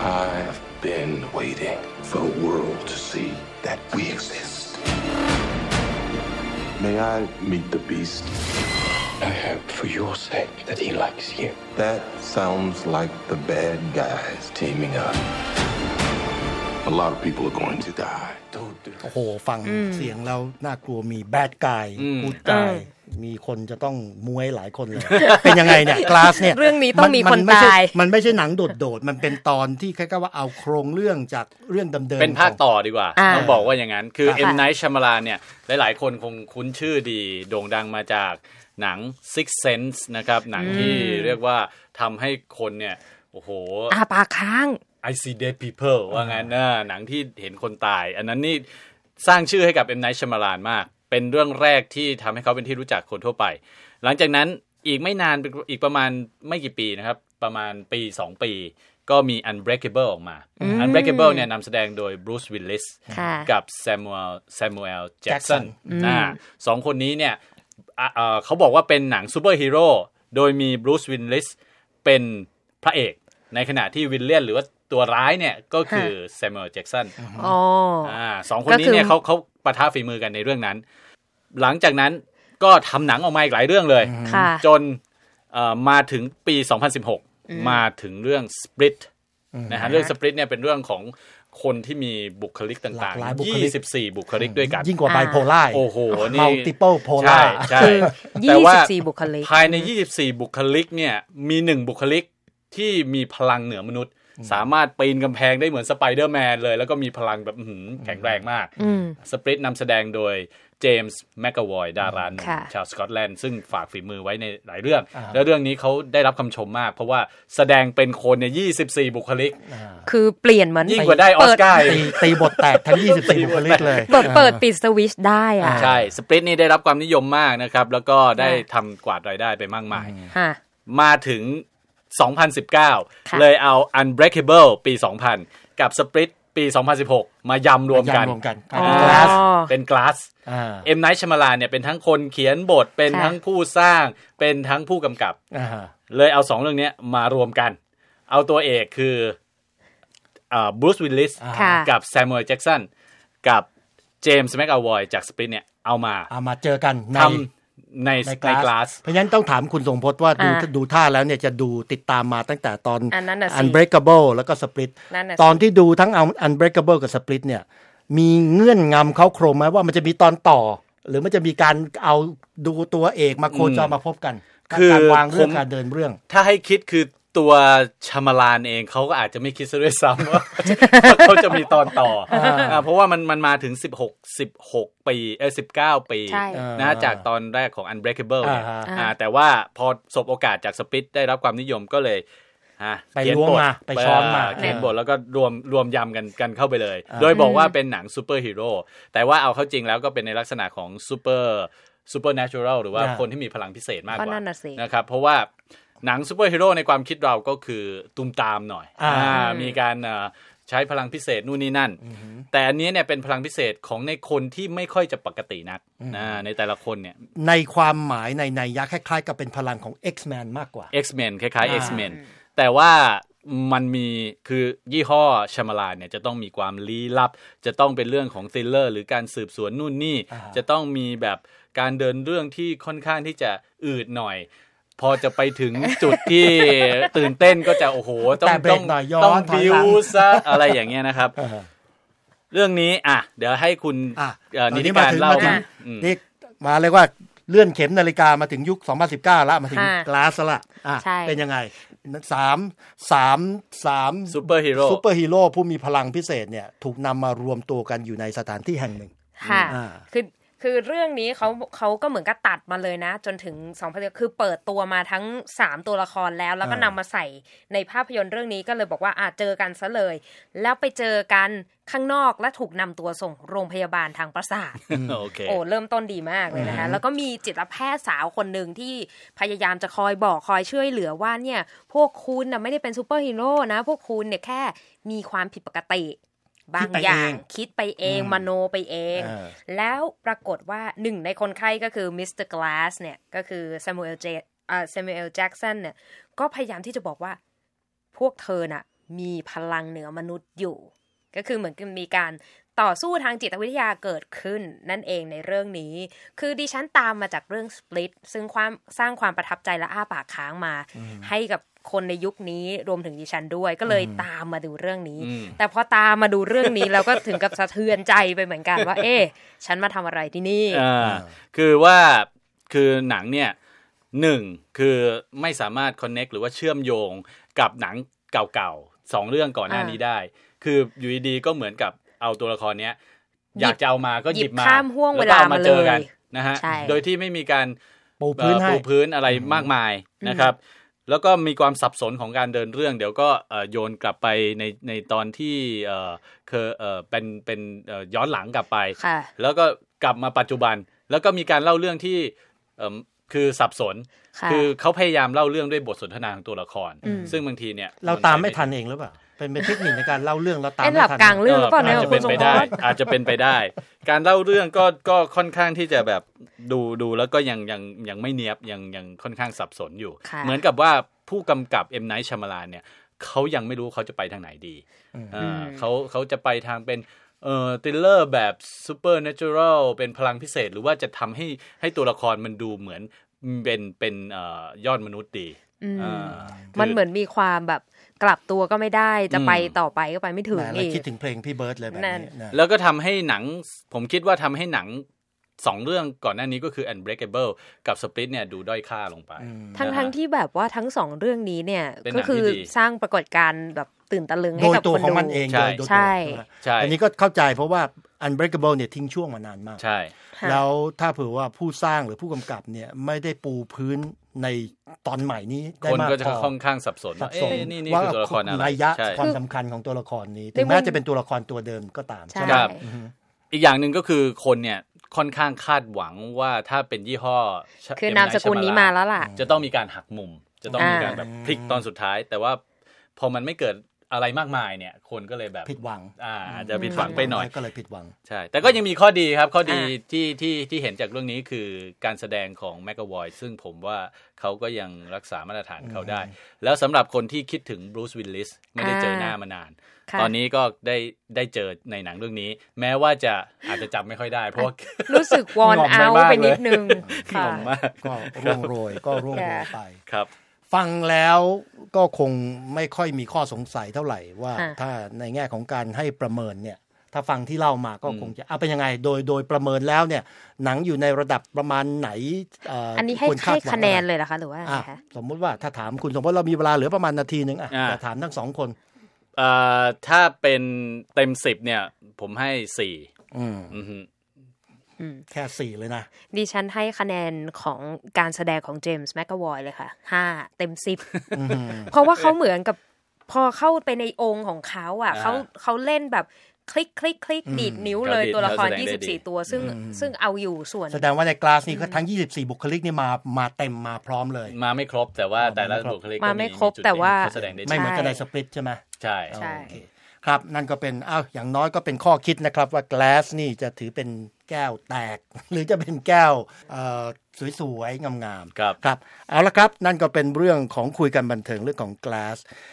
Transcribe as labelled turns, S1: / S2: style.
S1: I've been waiting for the world to see that we exist. May I meet the beast?
S2: I hope for your sake that he likes you.
S1: That sounds like the bad guys teaming up. A lot of people are going to die. Don't do
S3: โอ้โหฟังเสียงแล้วน่ากลัวมีแบดกายพูดกายมีคนจะต้องมวยหลายคนเลย เป็นยังไงเนี่ยกลาสเนี่ย
S4: เรื่องนี้ต้องมีคน
S3: ไใช่
S4: ตาย
S3: มันไม่ใช่หนังโดดๆ มันเป็นตอนที่คล้ายๆว่าเอาโครงเรื่องจากเรื่องเดิมๆ
S5: เป็นภาค
S3: ของ
S5: ต่อดีกว่า
S4: อ่า
S5: ต้องบอกว่าอย่างนั้น คือ
S4: ค่ะ
S5: M Night Shyamalan เนี่ย หลายๆ คนคงคุ้นชื่อดี โด่งดังมาจากหนัง Six Sense นะครับ หนังที่เรียกว่าทำให้คนเนี่ย โอ้โห
S4: อาปากค้าง
S5: I see dead people ว่างั้นนะหนังที่เห็นคนตาย อันนั้นนี่สร้างชื่อให้กับ M Night Shyamalan มาก เป็นเรื่องแรกที่ทำให้เขาเป็นที่รู้จักคนทั่วไป หลังจากนั้นอีกไม่นานอีกประมาณไม่กี่ปีนะครับ ประมาณปี 2 ปี ก็มี Unbreakable ออกมา Unbreakable เนี่ยนำแสดงโดย Bruce Willis
S4: ค่ะ
S5: กับแซมูเอลแซมูเอลแจ็กสั
S3: Jackson
S5: นนะสองคนนี้เนี่ยอ่ะเอ่อเขาบอกว่าเป็นหนังซูเปอร์ฮีโร่โดยมีบรูซวินลิสเป็นพระเอก ในขณะที่วินเลียนหรือว่าตัวร้ายเนี่ยก็คือแซมูเอลแจ็กสัน
S4: อ๋อ
S5: อ่าสองคนนี้
S4: ก็คือ
S5: เนี่ยเขาเขาปะทะฝีมือกันในเรื่องนั้น หลังจากนั้นก็ทำหนังออกมาอีกหลายเรื่องเลย
S4: ค่ะ
S5: จนเอ่อมาถึงปี 2016 มาถึงเรื่อง Split นะฮะเรื่อง Split เนี่ยเป็นเรื่องของคนที่มีบุคลิก
S3: หลา
S5: ต่าง
S3: กหลายบุคลิก
S5: ๆ 24 บุคลิกด้วยกัน
S3: ยิ่งกว่าไบโพล่า
S5: โอ้โห นี่
S3: multiple polar
S5: ใช่ใช่
S4: คือ
S5: แต่ว่า
S4: 24บุคลิก
S5: ภายใน 24 บุคลิกเนี่ยมีหนึ่งบุคลิกที่มีพลังเหนือมนุษย์ สามารถปีนกำแพงได้เหมือนสไปเดอร์แมนเลย แล้วก็มีพลังแบบอื้อหือแข็งแรงมาก
S4: อืม
S5: สปริตนำแสดงโดยเจมส์แมกกาวอยดาราหนุ่ม
S4: ค่ะ
S5: ชาวสกอตแลนด์ซึ่งฝากฝีมือไว้ในหลายเรื่อง แล้วเรื่องนี้เขาได้รับคำชมมาก เพราะว่าแสดงเป็นคนเนี่ย24 บุคลิก
S4: คือเปลี่ยนเหมือน
S5: ยิ่งกว่าได้ออ
S4: เปิ
S5: สการ์
S3: ตี
S5: อีก
S3: ตีบทแตกทั้ง 24บุคลิกเลย
S4: เปิดเปิดปิดสวิตชได้อ่ะ
S5: ใช่สปริตนี่ได้รับความนิยมมากนะครับ แล้วก็ได้ทำกวาดรายได้ไปมากมาย
S4: ฮะ
S5: มาถึง 2019
S4: ค่ะ
S5: เลยเอา Unbreakable ปี 2000 กับ Split ปี 2016 มายำรวมกัน
S3: มายำรวมกัน
S5: อ่า
S3: เป็น Glass
S5: เป็น Glass
S3: อ่า
S5: เอ็มไนท์ชมาลาเนี่ยเป็นทั้งคนเขียนบท เป็น
S4: ค่ะ
S5: ทั้งผู้สร้าง เป็นทั้งผู้กำกับ
S3: อ่าฮะ
S5: เลยเอาสองเรื่องเนี้ยมารวมกัน เอาตัวเอกคือบบรูซวิลลิส
S4: ค่ะ
S5: กับแซม u e l ลแจ็กสันกับเจมส์แม็กอวอยจากสปริตเนี่ยเอามา
S3: เอามาเจอกันใน
S5: ทำใน
S3: ใน
S5: ในกลาส
S3: เพราะฉะนั้นต้องถามคุณสงพจน์ว่าดู
S4: อ่า
S3: ดูท่าแล้วเนี่ยจะดูติดตามมาตั้งแต่ตอน
S4: อันนั้นน่ะสิ
S3: Unbreakable แล้วก็ Split
S4: นั่นน่ะสิ
S3: ตอนที่ดูทั้ง Un- Unbreakable กับ Split เนี่ย มีเงื่อนงำเขาโครงไหมว่ามันจะมีตอนต่อ หรือมันจะมีการเอาดูตัวเอกมาโคจรมาพบกัน
S5: คือ
S3: การวางเรื่อง
S5: ผม
S3: การเดินเรื่อง
S5: ถ้าให้คิดคือตัวชมาลานเองเขาก็อาจจะไม่คิดซะด้วยซ้ำ ว่า เขาจะมีตอนต่ออ่าเพราะว่ามันมันมาถึง 16 16 ปีเออ19 ปี
S4: ใช่
S5: นะจากตอนแรกของ Unbreakable เนี่ย
S3: อ่าฮะ
S5: อ่าแต่ว่าพอสบโอกาสจากสปิทได้รับความนิยมก็เลยฮะ
S3: ไป
S5: เขียน
S3: ล้วง
S5: บท
S3: มาไปช้อนมา
S5: เเขียนบทแล้วก็รวมรวมยำกันกันเข้าไปเลย โดยบอกว่าเป็นหนังซูเปอร์ฮีโร่แต่ว่าเอาเข้าจริงแล้วก็เป็นในลักษณะของซูเปอร์ซูเปอร์เนเชอรัลหรือว่าคนที่มีพลังพิเศษมากก
S4: ก็
S5: ว่า
S4: นั่นน่ะสิ
S5: นะครับเพราะว่าหนังซูเปอร์ฮีโร่ในความคิดเราก็คือตุมตามหน่อย
S3: อ่า
S5: อ่ามีการเอ่อใช้พลังพิเศษนู่นนี่นั่น แต่อันเนี้ยเนี่ยเป็นพลังพิเศษของในคนที่ไม่ค่อยจะปกตินักอ่าในแต่ละคนเนี่ย
S3: ในความหมายในในยยักษ์คล้ายๆ กับเป็นพลังของ X-Man มากกว่า
S5: X-Men คล้าย
S3: อ่า
S5: ๆ X-Men แต่ว่ามันมีคือยี่ห้อชมาลาเนี่ยจะต้องมีความลี้ลับ จะต้องเป็นเรื่องของ t ริลเลอร์ หรือการสืบสวนนู่นนี่ จะต้องมีแบบการเดินเรื่องที่ค่อนข้างที่จะอืดหน่อย พอจะไปถึงจุดที่ ตื่นเต้นก็จะโอ้โห ต้อ
S3: แต่
S5: ง
S3: เบร
S5: ต้อก ง
S3: หน่อยย้อน
S5: ต้อง
S3: ถอย
S5: บิ
S3: หลั
S5: ว
S3: ง
S5: ซะอะไรอย่างเงี้ยนะครับ
S3: อ่าฮะ
S5: เรื่องนี้อ่ะเดี๋ยวให้คุณ
S3: อ่ะ
S5: เอ่อ
S3: ตอ
S5: นิติการเล่า
S3: ถึง
S5: มา
S3: ถึง
S5: อืม
S3: นี่มาเลยว่าเลื่อนเข็มนาฬิกามาถึงยุค 2019 แล้วมาถึง
S4: อ่าก
S3: ลาสละอ่ะ
S4: ใช่
S3: เป็นยังไงสามสามสาม
S5: ซูเปอร์ฮีโร่
S3: ซูเปอร์ฮีโร่ผู้มีพลังพิเศษเนี่ย ถูกนำมารวมตัวกันอยู่ในสถานที่แห่งหนึ่ง
S4: ค่ะ
S3: อ่า
S4: คือคือเรื่องนี้เขาเขาก็เหมือนกับตัดมาเลยนะ จนถึง2องพันคือเปิดตัวมาทั้ง 3 ตัวละครแล้ว แล้วก็นำมาใส่ในภาพยนตร์เรื่องนี้ก็เลยบอกว่าอาจเจอกันซะเลย แล้วไปเจอกันข้างนอกและถูกนำตัวส่งโรงพยาบาลทางประสาท
S5: โอเค
S4: โอ้ เริ่มต้นดีมากเลยนะคะ แล้วก็มีจิตแพทย์สาวคนหนึ่งที่พยายามจะคอยบอกคอยช่วยเหลือว่าเนี่ย พวกคุณนะไม่ได้เป็นซูเปอร์ฮีโร่นะ พวกคุณเนี่ยแค่มีความผิดปกติ บางอย่า
S3: คิดไป
S4: ง
S3: เอง
S4: คิดไปเอง มโนไปเอง
S3: เออ
S4: แล้วปรากฏว่าหนึ่งในคนไข้ก็คือมิสเตอร์กลาสเนี่ย ก็คือซามูเอลเจเอ่อซามูเอลแจ็กสันเนี่ย ก็พยายามที่จะบอกว่าพวกเธอน่ะ มีพลังเหนือมนุษย์อยู่ ก็คือเหมือนกับมีการต่อสู้ทางจิตวิทยาเกิดขึ้นนั่นเองในเรื่องนี้ คือดิฉันตามมาจากเรื่อง Split ซึ่งความสร้างความประทับใจและอ้าปากค้างมา ให้กับคนในยุคนี้รวมถึงดิฉันด้วย ก็เลยตามมาดูเรื่องนี้
S5: อืม
S4: แต่พอตามมาดูเรื่องนี้แล้วก็ถึงกับสะเทือนใจไปเหมือนกันว่า เอ๊ะฉันมาทำอะไรที่นี่
S5: อ่าคือว่าคือหนังเนี่ยหนึ่งคือไม่สามารถ connect หรือว่าเชื่อมโยงกับหนังเก่าๆสองเรื่องก่อนหน้า
S4: อ่านี้
S5: นี้ได้ คืออยู่ดีๆก็เหมือนกับเอาตัวละครเนี้ยอยากจะเอามาก็ห
S4: หยิ
S5: ยิ
S4: บบ
S5: มา
S4: ข้ามห่วงเวลา
S5: แก็อ
S4: มาเลย
S5: เจอกันนะฮะ
S4: ใช่
S5: โดยที่ไม่มีการ
S3: ปูพื้นให้
S5: เอ่อปูพื้นอะไรมากมายนะครับ แล้วก็มีความสับสนของการเดินเรื่อง เดี๋ยวก็เอ่อโยนกลับไปในในตอนที่เอ่อเคยเอ่อเป็นเป็นเอ่อย้อนหลังกลับไป
S4: ค่ะ
S5: แล้วก็กลับมาปัจจุบัน แล้วก็มีการเล่าเรื่องที่เอิ่มคือสับสน
S4: ค่ะ
S5: คือเขาพยายามเล่าเรื่องด้วยบทสนทนาของตัวละคร
S4: อืม
S5: ซึ่งบางทีเนี่ย
S3: เราตามไม่ทันเองหรือเปล่า เป็นเป็นเทคนิคในการเล่าเรื่องเราตาม
S4: เอ็น
S3: ไม่
S4: หลับ
S3: ทัน
S4: กลางเรื่องหรือเปล่าเนี่ย
S5: อาจจะ
S4: คุ
S5: เป็
S4: ณ
S5: น
S4: สม
S5: ไป
S4: พ
S5: ได้
S4: ร
S5: อาจจะเป็นไปได้ การเล่าเรื่องก็ก็ค่อนข้างที่จะแบบดูดูแล้วก็ยังยังยังไม่เนียบยังยังค่อนข้างสับสนอยู่
S4: ค่ะ
S5: เหมือนกับว่าผู้กำกับเอ็มไนท์ชมาลานเนี่ยเขายังไม่รู้เขาจะไปทางไหนดีอ่าเขาเขาจะไปทางเป็นเอ่อติลเลอร์แบบซูเปอร์เนเจอรัลเป็นพลังพิเศษ หรือว่าจะทำให้ให้ตัวละครมันดูเหมือนเป็นเป็นเอ่อยอดมนุษย์ดี
S4: อืม
S5: อ่าคือ
S4: มันเหมือนมีความแบบกลับตัวก็ไม่ได้จะไป
S5: อืม
S4: ต่อไปก็ไปไม่ถึง
S3: แหมเรา
S4: อีก
S3: คิดถึงเพลงพี่เบิร์ดเลยแบบ
S4: นั่
S3: นี้
S4: น
S3: นะ
S5: แล้วก็ทำให้หนังผมคิดว่าทำให้หนังสองเรื่องก่อนหน้านี้ก็คือ Unbreakable กับ Split เนี่ยดูด้อยค่าลงไป
S4: ทั้ง
S5: นะฮะ
S4: ทั้งที่แบบว่าทั้งสองเรื่องนี้เนี่ย
S5: เป็นหนั
S4: ก็
S5: งที่ดี
S4: คือสร้างปรากฏการณ์แบบตื่นตะลึง
S3: โด
S4: ให้
S3: ย
S4: กับ
S3: ตัวข
S4: คน
S3: อง
S4: ดู
S3: มันเอง
S5: ใช่
S3: โดยโดยตัว
S4: ใช่
S3: นะ
S5: ใช่
S3: อันนี้ก็เข้าใจเพราะว่า Unbreakable เนี่ยทิ้งช่วงมานานมาก
S5: ใช่
S4: ค่ะ
S3: แล้วถ้าเผื่อว่าผู้สร้างหรือผู้กำกับเนี่ยไม่ได้ปูพื้นในตอนใหม่นี้ได้
S5: คน
S3: มาก
S5: ก็จะ
S3: พอ
S5: ค่อนข้างสับสน
S3: สั
S5: ว่า
S3: บสน
S5: เอ๊ะนี่นี่
S3: ว่า
S5: คือตัวละครอะไร
S3: ระยะ
S5: ใช่
S3: ความสำคัญของตัวละครนี้
S4: ใน
S3: ถึง
S4: มุม
S3: แม้จะเป็นตัวละครตัวเดิมก็ตาม
S4: ใช่
S3: ใช่ไหม
S5: ครับ อีกอย่างหนึ่งก็คือคนเนี่ยค่อนข้างคาดหวังว่าถ้าเป็นยี่ห้อ
S4: คือนามสกุลนี้มาแล้วล่ะ
S5: จะต้องมีการหักมุม จะต้องมีการ
S4: อ่า
S5: แบบพลิกตอนสุดท้าย แต่ว่าพอมันไม่เกิดอะไรมากมายเนี่ย คนก็เลยแบบ
S3: ผิดหวัง
S5: อ่าอาจจะผิดหวังไปหน่อย
S3: ก็เลยผิดหวัง
S5: ใช่ แต่ก็ยังมีข้อดีครับ ข้อดี
S4: อ่า
S5: ที่ที่ที่เห็นจากเรื่องนี้คือการแสดงของแมกกาวอยซึ่งผมว่าเขาก็ยังรักษามาตรฐานเขาได้ แล้วสำหรับคนที่คิดถึงบรูซวิลลิสไม่ได้เจอหน้ามานาน
S4: ค่ะ
S5: ตอนนี้ก็ได้ได้เจอในหนังเรื่องนี้ แม้ว่าจะอาจจะจำไม่ค่อยได้ เพราะว่า
S4: รู้สึกวอน
S5: หง่อม
S4: เอา
S5: ไปมาก
S4: ไปนิด
S5: เลย
S4: นึง
S5: ห
S4: ค่ะ
S5: อมมาก
S3: ก็ร่วงโรยก็ร่วงโรยไป
S5: ครับ
S3: ฟังแล้วก็คงไม่ค่อยมีข้อสงสัยเท่าไหร่ว่า
S4: ค่ะ
S3: ถ้าในแง่ของการให้ประเมินเนี่ย ถ้าฟังที่เล่ามาก็คงจะเอาเป็นยังไงโดยโดยประเมินแล้วเนี่ย หนังอยู่ในระดับประมาณไหนเ
S4: อันนี้ให้
S3: วร
S4: ให้
S3: ดหวัง
S4: คะแนน
S3: อไร
S4: เลยเหรอคะหรือว่าอะไร
S3: อ่ะ
S4: คะ
S3: สมมุติว่าถ้าถามคุณสมมติเรามีเวลาเหลือประมาณนาทีหนึ่งอ่ะ
S5: อ่า
S3: จะถามทั้งสองคน
S5: เอ่อถ้าเป็นเต็มสิบเนี่ย ผมให้สี่
S3: อืม
S5: อือฮึ
S3: แค่สี่เลยนะ
S4: ดิฉันให้คะแนนของการแสดงของเจมส์แมกกาวอยเลยค่ะห้าเต็มสิบเพราะว่าเขาเหมือนกับพอเข้าไปในองค์ของเขาอ่ะ
S5: า
S4: เขาเขาเล่นแบบคลิกคลิกคลิกดีดนิ้ว
S5: เขา
S4: เลย
S5: ดีด
S4: ตัวละคร
S5: เขาแสดงได้ดี
S4: 24 ตัว ซึ่งซึ่งเอาอยู่ส่วน
S3: แสดงว่าในกลาสนี่ก็ทั้ง 24 บุคลิกนี่มามาเต็มมาพร้อมเลย
S5: มาไม่ครบแต่ว่าแต่ละ
S3: มาไม่ครบ
S5: บุคลิก
S4: มาไม่ครบ
S5: จุด
S4: แต่ว่า
S5: เด่นที่แสดงได้
S3: ไม่เหมือน
S5: ชัด
S3: กันในสปริตใช่ไหม
S5: ใช่
S4: ใช่
S3: โอเคครับ นั่นก็เป็นอ้าวอย่างน้อยก็เป็นข้อคิดนะครับว่า glass นี่จะถือเป็นแก้วแตก หรือจะเป็นแก้วเอ่อสวยๆงามๆ
S5: ครับ
S3: ครับ เอาละครับ นั่นก็เป็นเรื่องของคุยกันบันเทิงเรื่องของ glass